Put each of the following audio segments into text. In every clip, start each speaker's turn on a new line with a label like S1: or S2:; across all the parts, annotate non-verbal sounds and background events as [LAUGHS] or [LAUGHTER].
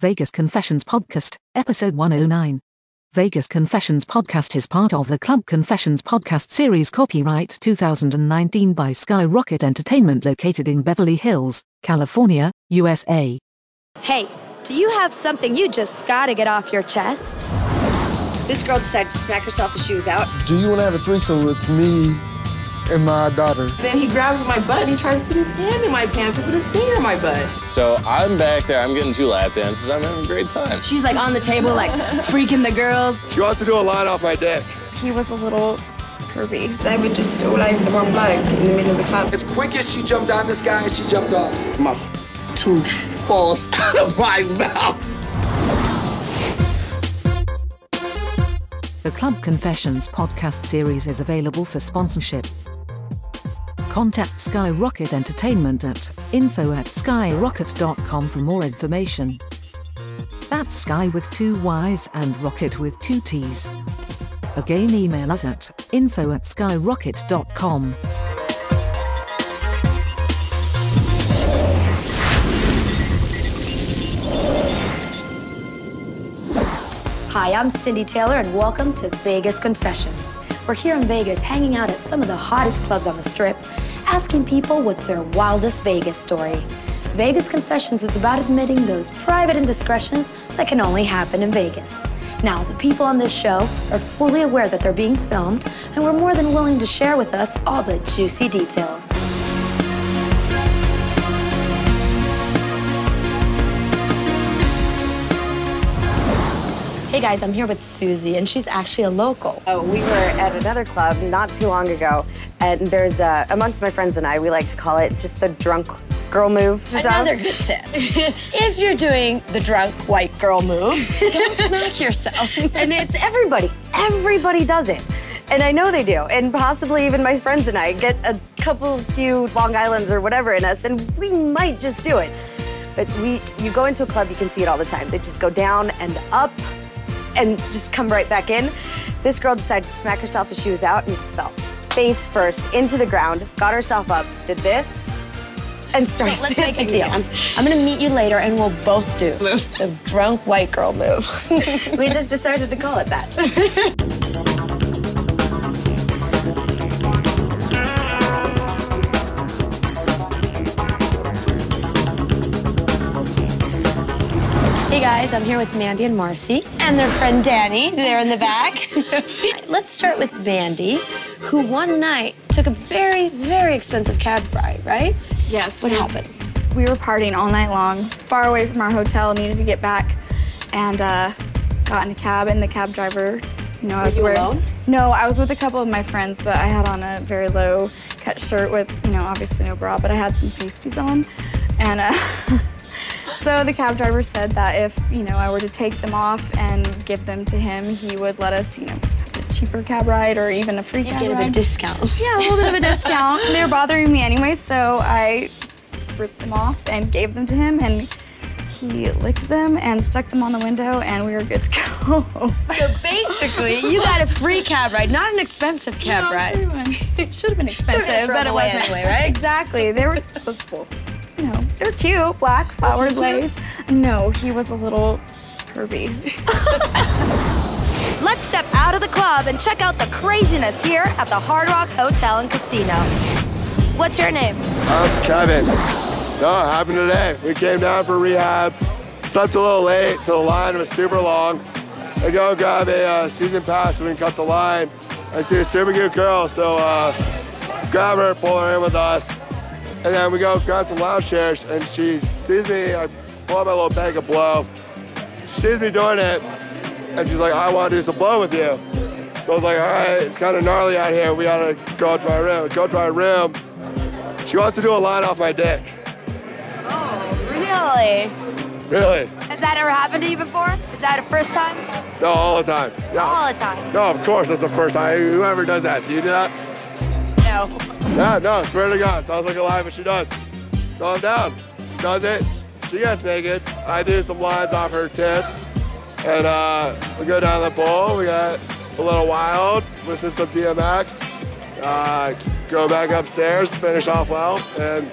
S1: Vegas Confessions Podcast, Episode 109. Vegas Confessions Podcast is part of the Club Confessions Podcast series, copyright 2019 by Skyrocket Entertainment, located in Beverly Hills, California, USA.
S2: Hey, do you have something you just gotta get off your chest?
S3: This girl decided to smack herself as she was out.
S4: Do you want to have a threesome with me and my daughter?
S5: Then he grabs my butt and he tries to put his hand in my pants and put his finger in my butt.
S6: So I'm back there, I'm getting two lap dances, I'm having a great time.
S7: She's like on the table, like freaking the girls.
S8: She wants to do a line off my dick.
S9: He was a little pervy.
S10: They were just all over the one bloke in the middle of the club.
S11: As quick as she jumped on this guy, she jumped off.
S12: My f- tooth falls [LAUGHS] out of my mouth.
S1: The Club Confessions podcast series is available for sponsorship. Contact Skyrocket Entertainment at info at skyrocket.com for more information. That's Sky with two Y's and Rocket with two T's. Again, email us at info at skyrocket.com.
S2: Hi, I'm Cindy Taylor, and welcome to Vegas Confessions. We're here in Vegas hanging out at some of the hottest clubs on the strip, asking people what's their wildest Vegas story. Vegas Confessions is about admitting those private indiscretions that can only happen in Vegas. Now, the people on this show are fully aware that they're being filmed, and were more than willing to share with us all the juicy details. Hey guys, I'm here with Susie, and she's actually a local.
S13: Oh, we were at another club not too long ago, and there's a, amongst my friends and I, we like to call it just the drunk girl move.
S7: Another good tip. [LAUGHS] if you're doing the drunk white girl move, [LAUGHS] don't smack yourself.
S13: and it's everybody, everybody does it. And I know they do, and possibly even my friends and I get a couple few Long Islands or whatever in us, and we might just do it. But we, you go into a club, you can see it all the time. They just go down and up and just come right back in. This girl decided to smack herself as she was out and fell face first into the ground, got herself up, did this, and started
S7: so let's make a deal. Down. I'm gonna meet you later and we'll both do move. the drunk white girl move.
S13: [LAUGHS]
S7: [LAUGHS]
S13: we just decided to call it that. [LAUGHS]
S7: guys. I'm here with Mandy and Marcy and their friend Danny. They're in the [LAUGHS] back. right, let's start with Mandy, who one night took a very, very expensive [LAUGHS] cab ride, right?
S9: Yes.
S7: What we, happened?
S9: We were partying all night long, far away from our hotel, needed to get back, and uh, got in a cab, and the cab driver, you know, I was
S7: were you alone?
S9: No, I was with a couple of my friends, but I had on a very low cut shirt with, you know, obviously no bra, but I had some pasties on, and. Uh, [LAUGHS] So the cab driver said that if you know I were to take them off and give them to him, he would let us you know a cheaper cab ride or even a free
S7: You'd
S9: cab
S7: get a
S9: ride.
S7: a discount.
S9: Yeah, a little bit of a
S7: [LAUGHS]
S9: discount. they were bothering me anyway, so I ripped them off and gave them to him and. He licked them and stuck them on the window, and we were good to [LAUGHS] go.
S7: so basically, you got a free cab ride, not an expensive cab
S9: no,
S7: ride.
S9: It should have been expensive, but it wasn't.
S7: Anyway, right?
S9: Exactly. They were disposable. You know, they're cute, black flowered lace. No, he was a little pervy.
S2: Let's step out of the club and check out the craziness here at the Hard Rock Hotel and Casino. What's your name?
S8: I'm Kevin. No, it happened today. We came down for rehab, slept a little late, so the line was super long. I go grab a uh, season pass so we can cut the line. I see a super cute girl, so uh, grab her, pull her in with us. And then we go grab some lounge chairs, and she sees me. I pull out my little bag of blow. She sees me doing it, and she's like, I want to do some blow with you. So I was like, all right, it's kind of gnarly out here. We gotta go out to our room. Go to our room. She wants to do a line off my dick.
S2: Oh, really?
S8: Really?
S2: Has that ever happened to you before? Is that a first time?
S8: No, all the time. No.
S2: All the time.
S8: No, of course, that's the first time. Whoever does that, do you do that?
S2: No.
S8: Yeah, no, swear to God, sounds like a lie, but she does. So I'm down. Does it? She gets naked. I do some lines off her tits. And uh, we go down the bowl. We got a little wild, listen to some DMX, uh, go back upstairs, finish off well, and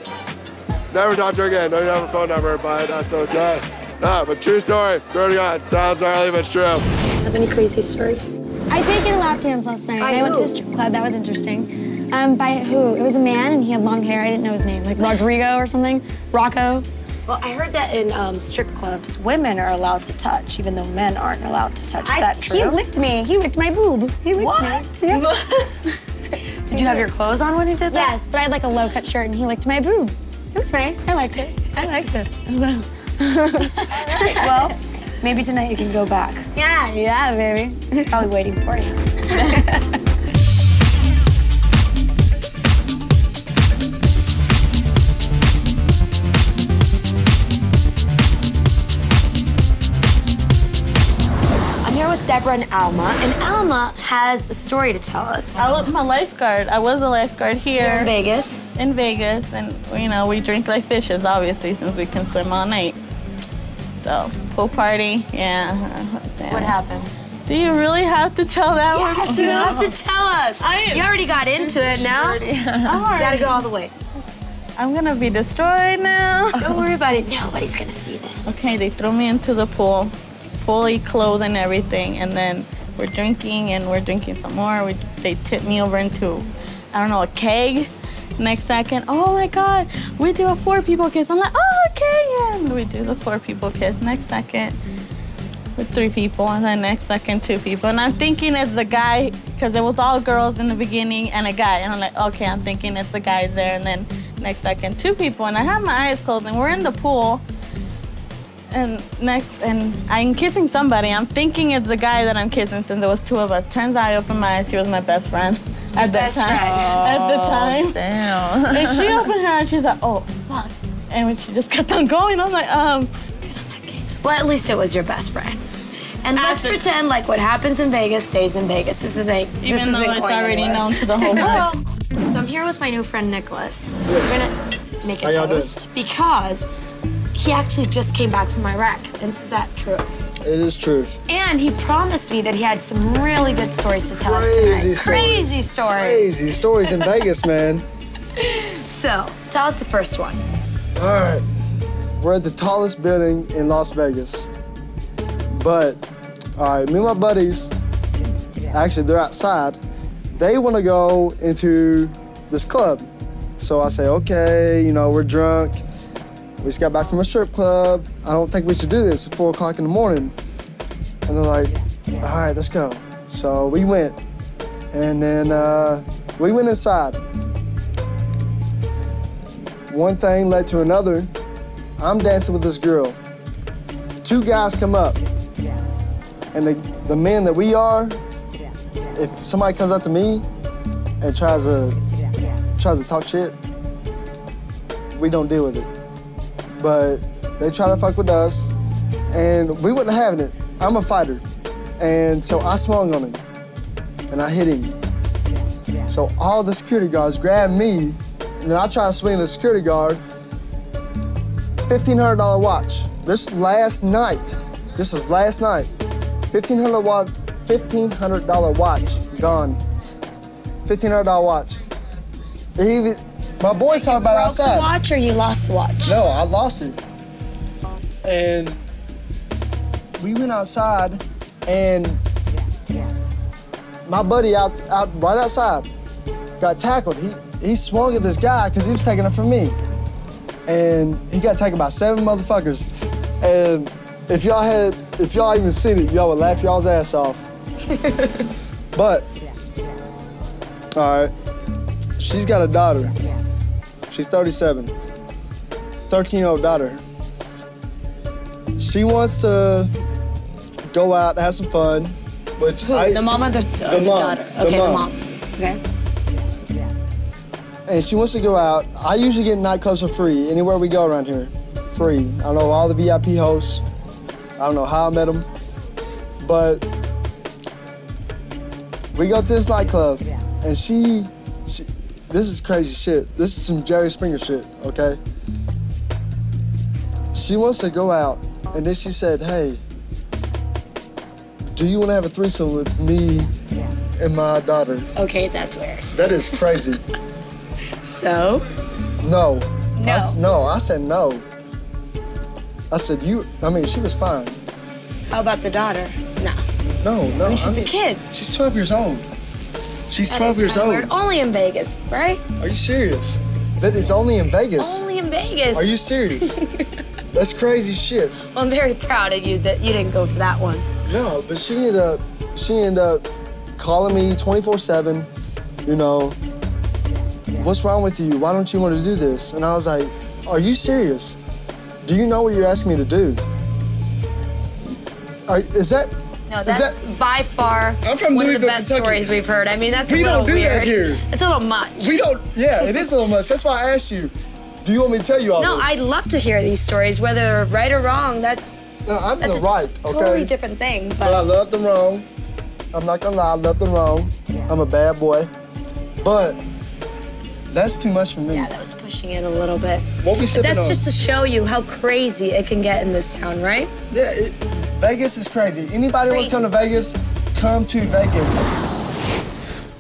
S8: never talk to her again. Know you have her phone number, but that's okay. No, but true story. Swear to God, sounds gnarly, but it's true.
S7: Have any crazy stories?
S14: I did get a lap dance last night. I went to a strip club. That was interesting. Um, by who? It was a man and he had long hair. I didn't know his name, like Rodrigo or something. Rocco.
S7: Well, I heard that in um, strip clubs, women are allowed to touch, even though men aren't allowed to touch. Is
S14: I-
S7: that true?
S14: He licked me. He licked my boob. He licked
S7: What?
S14: me. Yeah.
S7: [LAUGHS] Did you have your clothes on when he did that?
S14: Yes, but I had like a low cut shirt and he licked my boob. It was nice. I liked it. I liked
S7: [LAUGHS]
S14: it.
S7: well, maybe tonight you can go back.
S14: Yeah, yeah, baby.
S7: He's probably waiting for you. [LAUGHS]
S13: I'm here with Deborah and Alma, and Alma has a story to tell us. Alma, my lifeguard. I was a lifeguard
S15: here.
S13: in Vegas.
S15: In Vegas, and you know, we drink like fishes, obviously, since we can swim all night. So, pool party, yeah. What happened? Do you really have to tell that one?
S13: Yes, you have to tell us.
S15: I-
S13: you already got into it now.
S15: Already. [LAUGHS]
S13: You gotta go all the way.
S15: I'm gonna be
S13: [LAUGHS]
S15: destroyed now. Don't worry about [LAUGHS] it. Nobody's gonna see this. Okay, they throw me into the pool, fully clothed and everything, and then we're drinking and we're drinking some more. We, they tip me over into, I don't know, a keg. Next second, oh my God, we do a four people kiss. I'm like, oh, okay, yeah. We do the four people kiss. Next second, with three people, and then next second two people. And I'm thinking it's the guy because it was all girls in the beginning and a guy. And I'm like, okay, I'm thinking it's the guy's there, and then next second two people. And I have my eyes closed, and we're in the pool. And next, and I'm kissing somebody. I'm thinking it's the guy that I'm kissing since there was two of us. Turns out I opened my eyes. She was my best friend at that
S16: Best
S15: time.
S16: friend.
S15: At the
S16: Oh,
S15: time.
S16: damn.
S15: And
S16: [LAUGHS]
S15: she opened her eyes. She's like, oh [LAUGHS] fuck. And when she just kept on going, I'm like, um.
S13: Well, at least it was your best friend. And let's pretend like what happens in Vegas stays in Vegas. This is a
S15: Even
S13: this isn't
S15: though it's
S13: going
S15: already
S13: anywhere.
S15: known to
S13: [LAUGHS]
S15: the whole world.
S13: so I'm here with my new friend Nicholas.
S15: Yes.
S13: We're gonna make a
S15: How y'all doing?
S13: toast because he actually just came back from Iraq. And is that true?
S4: It is true.
S13: And he promised me that he had some really good stories to tell us tonight.
S4: stories.
S13: Crazy stories.
S4: Crazy stories in
S13: [LAUGHS]
S4: Vegas, man.
S13: So tell us the first one.
S4: All right. We're at the tallest building in Las Vegas. But, all right, me and my buddies, actually, they're outside. They want to go into this club. So I say, okay, you know, we're drunk. We just got back from a strip club. I don't think we should do this at four o'clock in the morning. And they're like, all right, let's go. So we went. And then uh, we went inside one thing led to another. I'm dancing with this girl. Two guys come up. And the, the men that we are, if somebody comes up to me and tries to tries to talk shit, we don't deal with it. But they try to fuck with us, and we wasn't having it. I'm a fighter. And so I swung on him and I hit him. So all the security guards grabbed me and then I try to swing the security guard. $1,500 watch. This last night, this is last night. $1,500 watch, $1,500 watch gone. $1,500 watch. He Even, my boys talk about
S7: broke the
S4: outside.
S7: watch
S4: or you lost the watch? No, I lost it. And we went outside and my buddy out out right outside got tackled. He he swung at this guy because he was taking it from me. And he got tackled by seven motherfuckers. And if y'all had if y'all even seen it, y'all would laugh y'all's ass
S7: [LAUGHS]
S4: off. but all right. She's got a daughter. She's 37. 13-year-old daughter. She wants to go out, have some fun. Which I,
S7: the mom or the, or the
S4: mom,
S7: daughter?
S4: the
S7: Okay,
S4: mom.
S7: Okay.
S4: and she wants to go out. I usually get nightclubs for free anywhere we go around here, free. I know all the VIP hosts. I don't know how I met them, but we go to this nightclub, and she, she, this is crazy shit. This is some Jerry Springer shit, okay? She wants to go out, and then she said, "Hey, do you want to have a threesome with me and my daughter?"
S13: Okay, that's weird.
S4: That is
S7: [LAUGHS]
S4: crazy.
S13: So?
S4: No. No. I, s- no, I said no. I said, you, I mean, she was fine.
S7: How about the daughter? No.
S4: No, no.
S7: I mean, she's
S4: a
S7: a kid.
S4: She's 12 years old. She's
S7: That
S4: 12
S7: is
S4: years
S7: kinda
S4: old.
S7: weird. Only in Vegas, right?
S4: Are you serious? That is only in Vegas.
S7: Only in Vegas.
S4: Are you
S7: [LAUGHS]
S4: serious? That's crazy shit.
S7: Well, I'm very proud of you that you didn't go for that one.
S4: No, but she ended up she ended up calling me 24/7. You know, what's wrong with you? Why don't you want to do this? And I was like, Are you serious? Do you know what you're asking me to do? Are, is that
S7: No,
S4: is
S7: that's
S4: that
S7: by far
S4: I'm from
S7: one of the
S4: Louisville,
S7: best
S4: Kentucky.
S7: stories we've heard. I mean, that's
S4: We
S7: a little
S4: don't do
S7: weird.
S4: that here.
S7: It's a little much.
S4: we don't? Yeah, it is a little much. That's why I asked you. Do you want me to tell you all
S7: No,
S4: this?
S7: I'd love to hear these stories, whether they're right or wrong. That's
S4: No, I'm
S7: that's
S4: the
S7: a
S4: right. Okay.
S7: totally different thing. But,
S4: But I love the wrong. I'm not gonna lie, I love the wrong. I'm a bad boy. But that's too much for me.
S7: yeah, that was pushing it a little bit.
S4: What we
S7: But
S4: sipping
S7: that's
S4: on?
S7: just to show you how crazy it can get in this town, right?
S4: Yeah, it, Vegas is crazy. Anybody wants to come to Vegas, come to Vegas.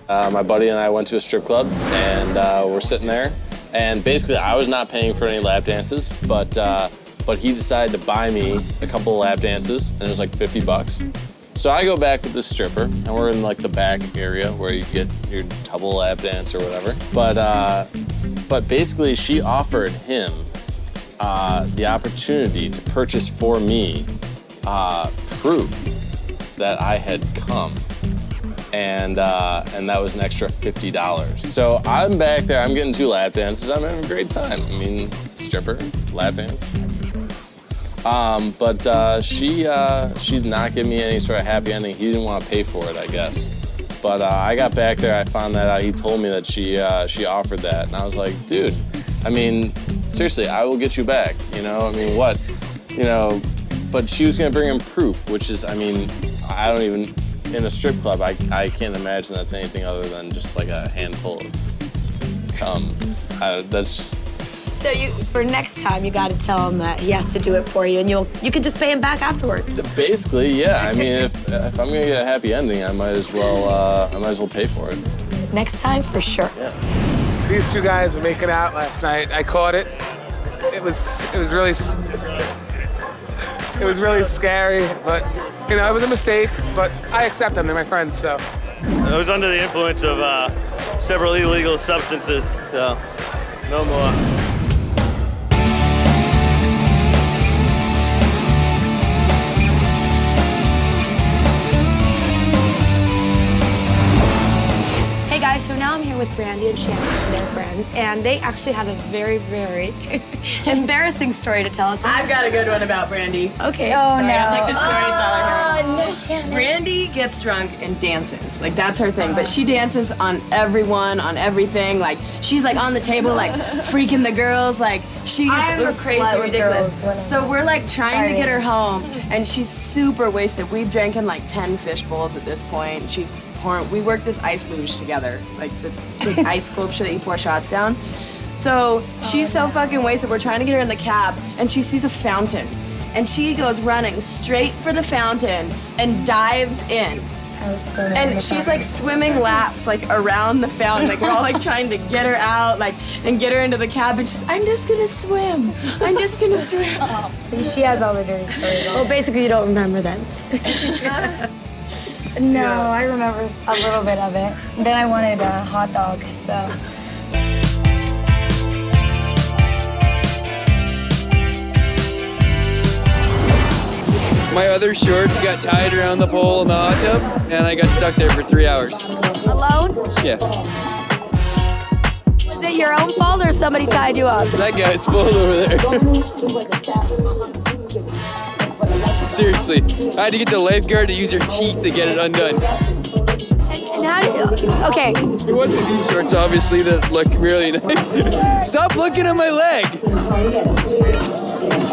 S6: Uh, my buddy and I went to a strip club, and uh, we're sitting there, and basically I was not paying for any lap dances, but uh, but he decided to buy me a couple of lap dances, and it was like 50 bucks. So I go back with this stripper, and we're in like the back area where you get your double lap dance or whatever. But uh, but basically she offered him uh, the opportunity to purchase for me uh, proof that I had come and uh, and that was an extra fifty dollars. So I'm back there. I'm getting two lap dances. I'm having a great time. I mean, stripper, lap dance. Um, but uh, she uh, she did not give me any sort of happy ending. He didn't want to pay for it, I guess. But uh, I got back there. I found that out. He told me that she uh, she offered that, and I was like, dude. I mean, seriously, I will get you back. You know, I mean, what? You know, but she was gonna bring him proof, which is, I mean, I don't even in a strip club. I I can't imagine that's anything other than just like a handful of cum. I, that's just
S7: So you, for next time, you got to tell him that he has to do it for you, and you'll you can just pay him back afterwards.
S6: Basically, yeah. I mean, if, if I'm gonna get a happy ending, I might as well uh, I might as well pay for it.
S7: Next time, for sure.
S16: These two guys were making out last night. I caught it. It was it was really s- it was really scary, but you know it was a mistake. But I accept them. They're my friends, so.
S17: I was under the influence of uh, several illegal substances, so no more.
S7: Hey guys, so now I'm here with Brandy and Shannon and their friends, and they actually have a very, very [LAUGHS] embarrassing story to tell us. I've got a good one about Brandy. Okay.
S18: Oh,
S7: sorry,
S18: no.
S7: I'm like the storyteller.
S18: Oh, no, Shannon. Brandy gets drunk and dances. Like, that's her thing. But she dances on everyone, on everything. Like, she's, like, on the table, like, freaking the girls. Like, she gets
S14: I'm
S18: it
S14: a
S18: was crazy,
S14: slut with girls when I
S18: ridiculous. So we're, like, trying
S14: Sorry.
S18: to get her home, and she's super wasted. We've drank in, like, 10 fish bowls at this point. She's pouring. We work this ice luge together. Like, the big [LAUGHS] ice sculpture that you pour shots down. So she's so fucking wasted. We're trying to get her in the cab, and she sees a fountain. And she goes running straight for the fountain and dives in. I was so
S14: mad at the
S18: And she's like [LAUGHS] swimming laps like around the fountain. Like we're all like trying to get her out, like and get her into the cab. And she's, I'm just gonna swim. I'm just [LAUGHS] gonna swim.
S14: See, she has all the dirty stories.
S7: Well, basically, you don't
S14: [LAUGHS]
S7: remember them.
S14: No, I remember a little bit of it. Then I wanted a hot dog, so.
S19: My other shorts got tied around the pole in the hot tub, and I got stuck there for three hours.
S18: Alone?
S19: Yeah.
S18: Was it your own fault or somebody tied you up?
S19: That guy's full over there. [LAUGHS] Seriously, I had to get the lifeguard to use her teeth to get it undone.
S18: And how do you, okay.
S19: It wasn't these shorts, obviously, that look really [LAUGHS] nice. Stop looking at my leg!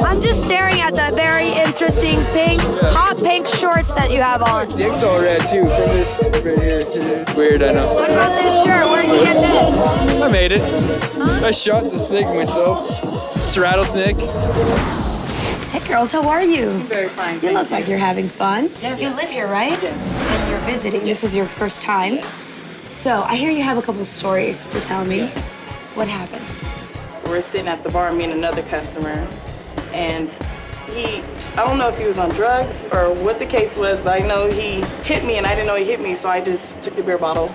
S7: I'm just staring at the very interesting pink, hot pink shorts that you have on.
S19: Dick's all red too from this right here. It's weird, I know. What
S7: about this shirt? Where'd you get this?
S19: I made it. I shot the snake myself. It's a rattlesnake.
S7: Hey girls, how are you? Very fine. You look like you're having fun. You live here, right? Yes. And you're visiting. This is your first time. So I hear you have a couple stories to tell me. What happened?
S5: We're sitting at the bar, me and another customer, and He, I don't know if he was on drugs or what the case was, but I know he hit me and I didn't know he hit me, so I just took the beer bottle,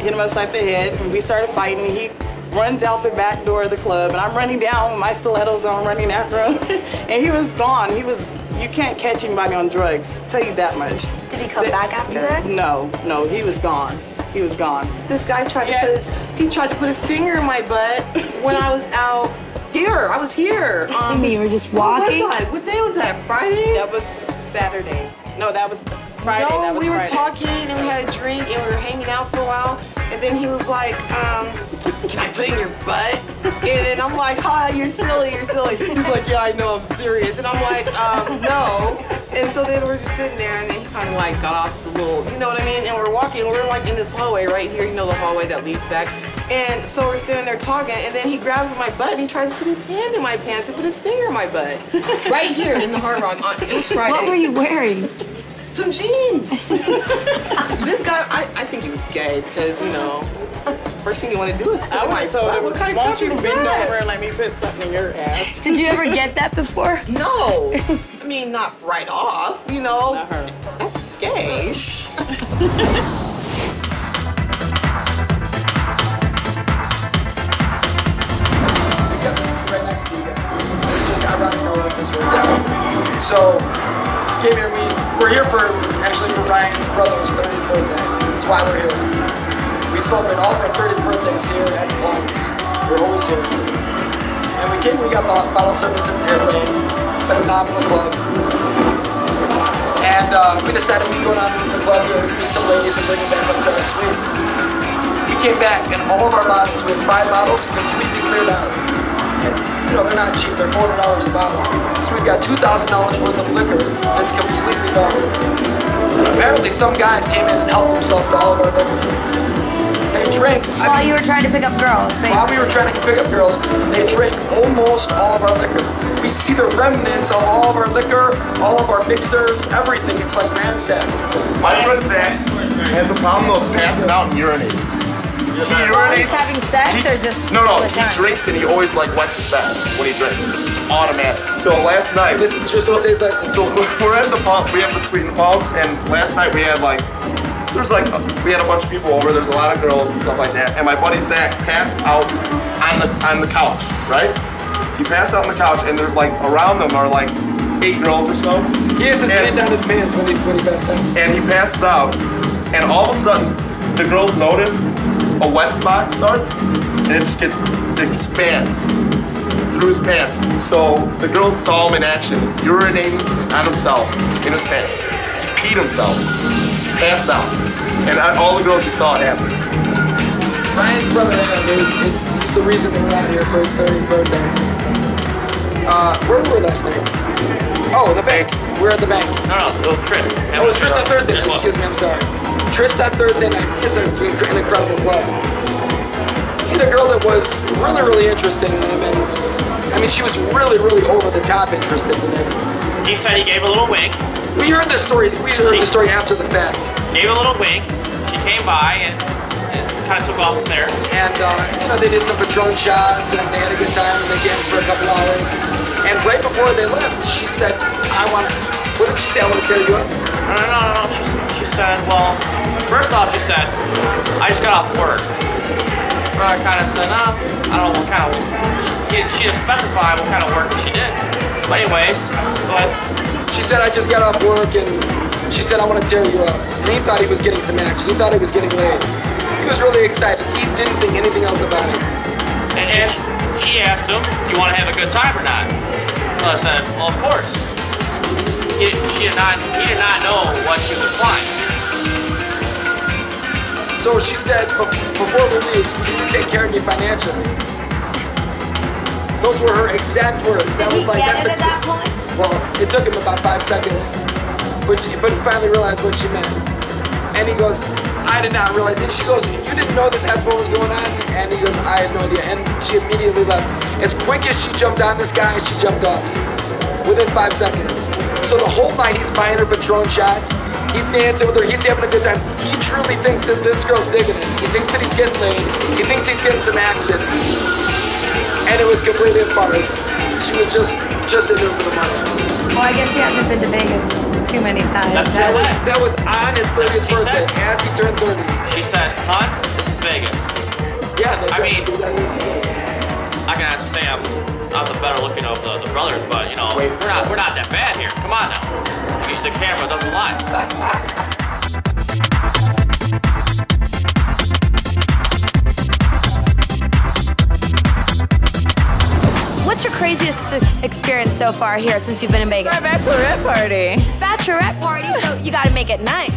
S5: hit him upside the head, and we started fighting. and He runs out the back door of the club, and I'm running down with my stilettos on, running after him, [LAUGHS] and he was gone. He was. You can't catch anybody on drugs. Tell you that much.
S20: Did he come back after that?
S5: No, no, he was gone. He was gone.
S21: This guy tried
S5: Yes.
S21: to put his, he tried to put his finger in my butt when I was out here. I was here. Um,
S5: mean you were just
S21: What, was I? what day was that? Friday?
S5: That was Saturday. No, that was Friday.
S21: No,
S5: that was
S21: we were
S5: Friday.
S21: talking and we had a drink and we were hanging out for a while. And then he was like, um, can I put it in your butt? And then I'm like, ha, you're silly, you're silly. He's like, yeah, I know, I'm serious. And I'm like, um, no. And so then we're just sitting there and then he kind of like got off the little, you know what I mean? And we're walking, we're like in this hallway right here, you know, the hallway that leads back. And so we're sitting there talking and then he grabs my butt and he tries to put his hand in my pants and put his finger in my butt. Right here in the hard rock. on- It was Friday.
S18: What were you wearing?
S21: Some
S22: [LAUGHS]
S21: jeans. this guy, I, I think he was gay because you know, first thing you want to do is put
S5: I
S21: in my
S5: would tell
S21: butt.
S5: him,
S21: What kind of
S5: why
S21: crap
S5: don't you
S21: is
S5: bend
S21: that?
S5: over and let me put something in
S22: [LAUGHS]
S5: your ass?
S21: Did you ever get
S20: that before?
S21: No. I mean, not right off. You know, that's gay.
S11: right next to you guys. It's just ironic how it this worked out. So, came here, we, we're here for, actually for Ryan's brother's 30th birthday. That's why we're here. We celebrate all of our 30th birthdays here at Palms. We're always here. And we came, we got bo- bottle service at the airway, phenomenal club. And uh, we decided we'd go down into the club to meet some ladies and bring them back up to our suite. We came back and all of our bottles, we had five bottles completely cleared out. And, you know, they're not cheap, they're $400 a bottle. So we've got $2,000 worth of liquor that's completely gone. Apparently, some guys came in and helped themselves to all of our liquor. They drank. While you were trying to pick up girls, While we were trying to pick up girls, they drank almost all of our liquor. We see the remnants of all of our liquor, all of our mixers, everything. It's like ransacked.
S17: My friend Zach has a problem of passing out and urinating. He
S7: While he's
S17: urinates.
S7: having sex or just
S17: No,
S7: all
S17: no,
S7: the
S17: he
S7: time?
S17: drinks and he always like wets his bed when he drinks. It's automatic. So last night, this is just so, so we're at the pump. We have the Sweet and Palms, and last night we had like there's like a, we had a bunch of people over. There's a lot of girls and stuff like that. And my buddy Zach passed out on the on the couch, right? He passed out on the couch, and they're like around them are like eight girls or so.
S11: He has his hand down his man's when he, when he passed out.
S17: And he passes out, and all of a sudden, the girls notice a wet spot starts, and it just gets expands through his pants. So the girls saw him in action, urinating on himself in his pants. He peed himself, passed out, and I- all the girls just saw it happen.
S11: Ryan's brother, Aaron, is, it's, he's the reason that we're out here for his 30th birthday. Uh, where were we last night? Oh, the bank. We're at the bank.
S17: No, no, it was Chris.
S11: Oh, it was Tris on Thursday. Excuse me, I'm sorry. Tris on Thursday night is a- an incredible club. He had a girl that was really, really interested in him, and I mean, she was really, really over the top interested in him.
S23: He said he gave a little wink.
S11: We heard this story. We heard the story after the fact.
S23: Gave a little wink. She came by and, and kind of took off from there.
S11: and uh, you know, they did some Patron shots and they had a good time and they danced for a couple hours. And right before they left, she said, I want to, what did she say? I want to tear you up.
S23: No, no, no, no. no. She, s- she said, well, first off, she said, I just got off work. Brother kind of said, no, I don't know what kind of She, she didn't specify what kind of work she did. But anyways, but
S11: She said, I just got off work and she said, I want to tear you up. And he thought he was getting some action. He thought he was getting laid. He was really excited. He didn't think anything else about it.
S23: And, and she asked him, "Do you want to have a good time or not?" Well, I said, "Well, of course." He, she did not. He did not know what she was implying.
S11: So she said, "Be- before we leave, you need to take care of me financially. Those were her exact words. that was like at, the, that point? Well, it took him about five seconds, but she, but he finally realized what she meant. And he goes, I did not realize. And she goes, you didn't know that that's what was going on? And he goes, I had no idea. And she immediately left. As quick as she jumped on this guy, she jumped off within five seconds. So the whole night he's buying her Patron shots. He's dancing with her. He's having a good time. He truly thinks that this girl's digging him. He thinks that he's getting laid. He thinks he's getting some action. And it was completely a farce. She was just just in it for the money.
S2: Well, I guess he hasn't been to Vegas too many times.
S11: that, was, that was on his 30th birthday, as he turned 30.
S23: She said, "Hun, this is Vegas."
S11: Yeah,
S23: I mean, I can have to say I'm not the better looking of the, the brothers, but you know, we're not we're not that bad here. Come on now, I mean, the camera doesn't lie.
S7: What's your craziest ex- experience so far here since you've been in Vegas? My bachelorette party. Bachelorette party, so you gotta make it nice.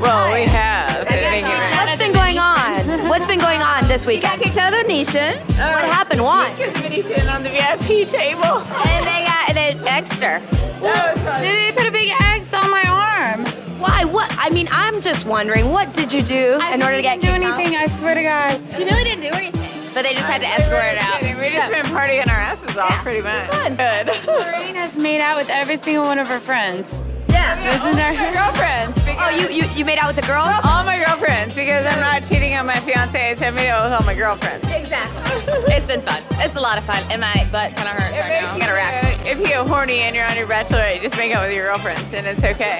S7: Well, we have. What's been going on? What's been going on this week? You got kicked out of the Venetian. what happened? Why? Venetian on the VIP table. And they got an extra. They put a big X on my arm. Why? What? I mean, I'm just wondering. What did you do in order to get?
S22: didn't do
S7: kicked out?
S22: anything, I swear to God.
S7: She really didn't do anything. But they just had to escort it out.
S22: We just been partying our asses off, pretty much. Good. Lorraine has made out with every single one of her friends. Yeah,
S7: all
S22: this is our
S7: my
S22: girlfriends. Oh,
S7: you, you you made out with a girl?
S22: All my girlfriends, because I'm not cheating on my fiance, so I made out with all my girlfriends.
S21: Exactly. it's been fun. It's a lot of fun, and my butt kind of hurts right now. Got a rack.
S22: If you get horny and you're on your bachelorette, you just make out with your girlfriends, and it's okay.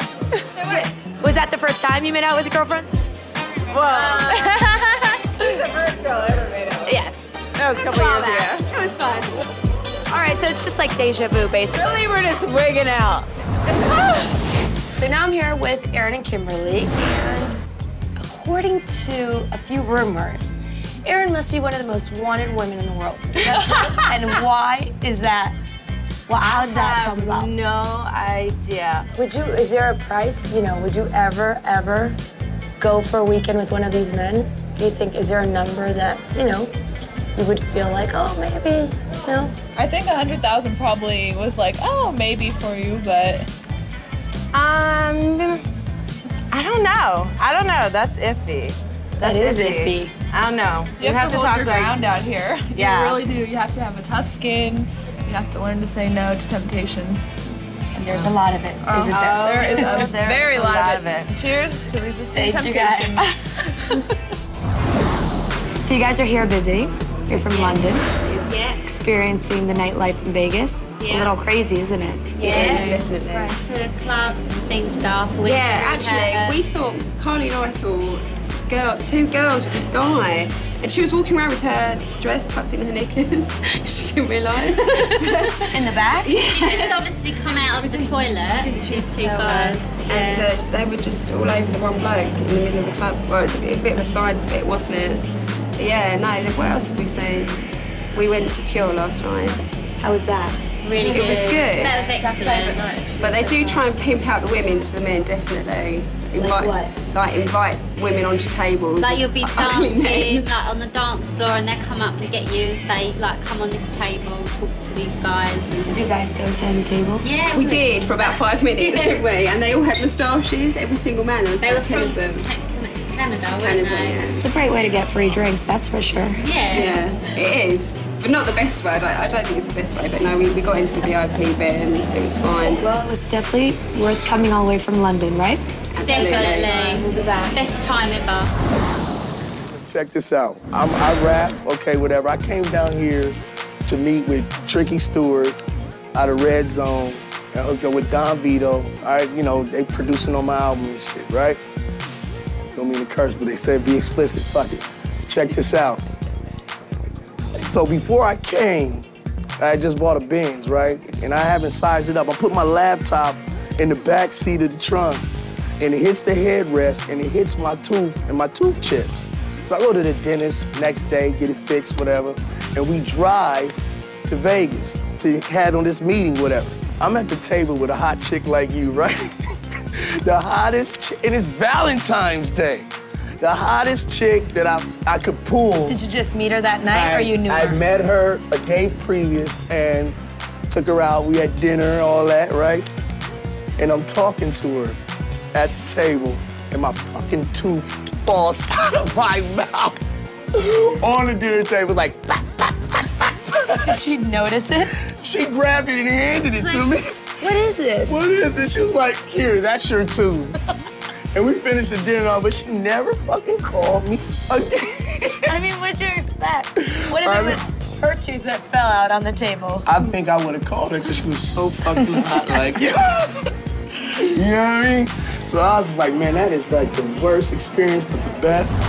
S7: Was that the first time you made out with a girlfriend?
S22: [LAUGHS]
S7: Yeah.
S22: That was a couple years ago.
S7: It was fun. All right, so it's just like deja vu, basically. Really, we're just wigging out.
S2: [SIGHS] So now I'm here with Aaron and Kimberly, and according to a few rumors, Erin must be one of the most wanted women in the
S7: [LAUGHS]
S2: world. and why is that? Well, how did that come about?
S22: No idea.
S2: Would you? Is there a price? You know, would you ever, ever go for a weekend with one of these men? Do you think? Is there a number that you know you would feel like, oh, maybe? No.
S24: I think a hundred thousand probably was like, oh, maybe for you, but
S22: Um, I don't know. I don't know. That's iffy. That's
S21: That is iffy.
S22: I don't know.
S21: You have, to, hold your
S22: like-
S21: ground out here. [LAUGHS]
S22: Yeah.
S21: You really do. You have to have a tough skin. You have to learn to say no to temptation. And
S2: there's a lot of it,
S22: Oh,
S21: isn't there? There is a
S22: there's
S21: very
S22: a
S21: lot,
S22: lot
S21: of,
S22: of
S21: it. Cheers to resisting
S2: Thank you,
S21: temptation.
S2: So you guys are here visiting. You're from London.
S7: Yeah.
S2: Experiencing the nightlife in Vegas. It's a
S25: Yeah.
S2: little crazy, isn't it?
S25: To clubs and seeing stuff. with-
S10: yeah, actually, we saw Carly and I saw girl, two girls with this guy, and she was walking around with her dress tucked in her knickers. [LAUGHS] she didn't realise.
S25: [LAUGHS] In the back?
S10: Yeah.
S25: She just obviously come out of the toilet. These two guys.
S10: And uh, they were just all over the one bloke in the middle of the club. Well, it was a bit, a bit of a side bit, wasn't it? But yeah, no, then what else have we seen? We went to Pure last night. How was that?
S25: Really
S10: It was
S25: good.
S10: good.
S25: That was excellent.
S10: But they do try and pimp out the women to the men, definitely. Invite, like, invite women onto tables.
S25: Like you'll be
S10: of ugly men.
S25: dancing like on the dance floor and they come up and get you and say like come on this table, talk to these guys. And
S2: Did you guys go to any table?
S25: Yeah,
S10: We did for about five minutes, didn't we? And they all had moustaches, every single man. There was
S25: They were
S10: about ten of
S25: from
S10: them.
S25: Canada, weren't
S10: Canada,
S25: they?
S10: yeah.
S2: It's a great way to get free drinks, that's for sure.
S25: Yeah.
S10: Yeah, it is. But not the best way. I, I don't think it's the best way, but no, we, we got into the VIP bit and it was fine.
S2: Well, it was definitely worth coming all the way from London, right?
S25: Definitely. Best time ever.
S26: Check this out. I'm, I rap, okay, whatever. I came down here to meet with Tricky Stewart out of Red Zone and hooked up with Don Vito. All right, you know, they producing on my album and shit, right? Don't mean to curse, but they said be explicit, fuck it. Check this out. So before I came, I just bought a Benz, right? And I haven't sized it up. I put my laptop in the back seat of the trunk, and it hits the headrest, and it hits my tooth, and my tooth chips. So I go to the dentist next day, get it fixed, whatever, and we drive to Vegas to had on this meeting, whatever. I'm at the table with a hot chick like you, right? [LAUGHS] the hottest, chi- and it's Valentine's Day. The hottest chick that I I could pull.
S7: Did you just meet her that night, or you knew
S26: I
S7: her? [LAUGHS]
S26: met her a day previous and took her out. We had dinner, all that, right? And I'm talking to her at the table, and my fucking tooth falls [LAUGHS] out of my mouth on the dinner table, like. Did she notice it? She grabbed it and handed it to me. What is this? What is this? She was like, "Here, that's your [LAUGHS] tooth." and we finished the dinner, and all, but she [LAUGHS] never fucking called me again.
S7: I mean, what'd you expect? What if it was Hershey's that fell out on the table.
S26: I think I would have called her because she was so fucking hot. Like, [LAUGHS] yes! You know what I mean? So I was like, man, that is like the worst experience, but the best.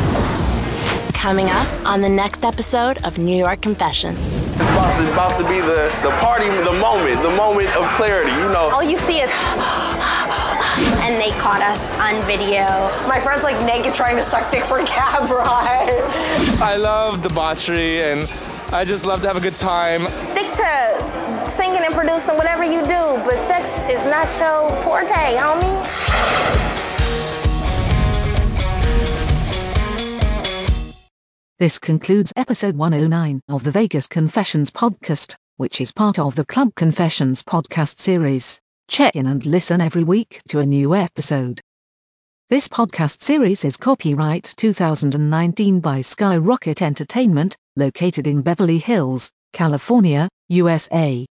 S27: Coming up on the next episode of New York Confessions.
S28: It's supposed to, supposed to be the, the party, the moment, the moment of clarity, you
S7: Oh,
S28: know.
S3: All you see is, [GASPS] and they caught us on video. My friend's like naked trying to suck dick for a cab ride.
S29: I love debauchery and I just love to have a good time.
S3: Stick to singing and producing, whatever you do, but sex is not your forte, homie.
S1: This concludes episode 109 of the Vegas Confessions podcast, which is part of the Club Confessions podcast series. Check in and listen every week to a new episode. This podcast series is copyright 2019 by Skyrocket Entertainment, located in Beverly Hills, California, USA.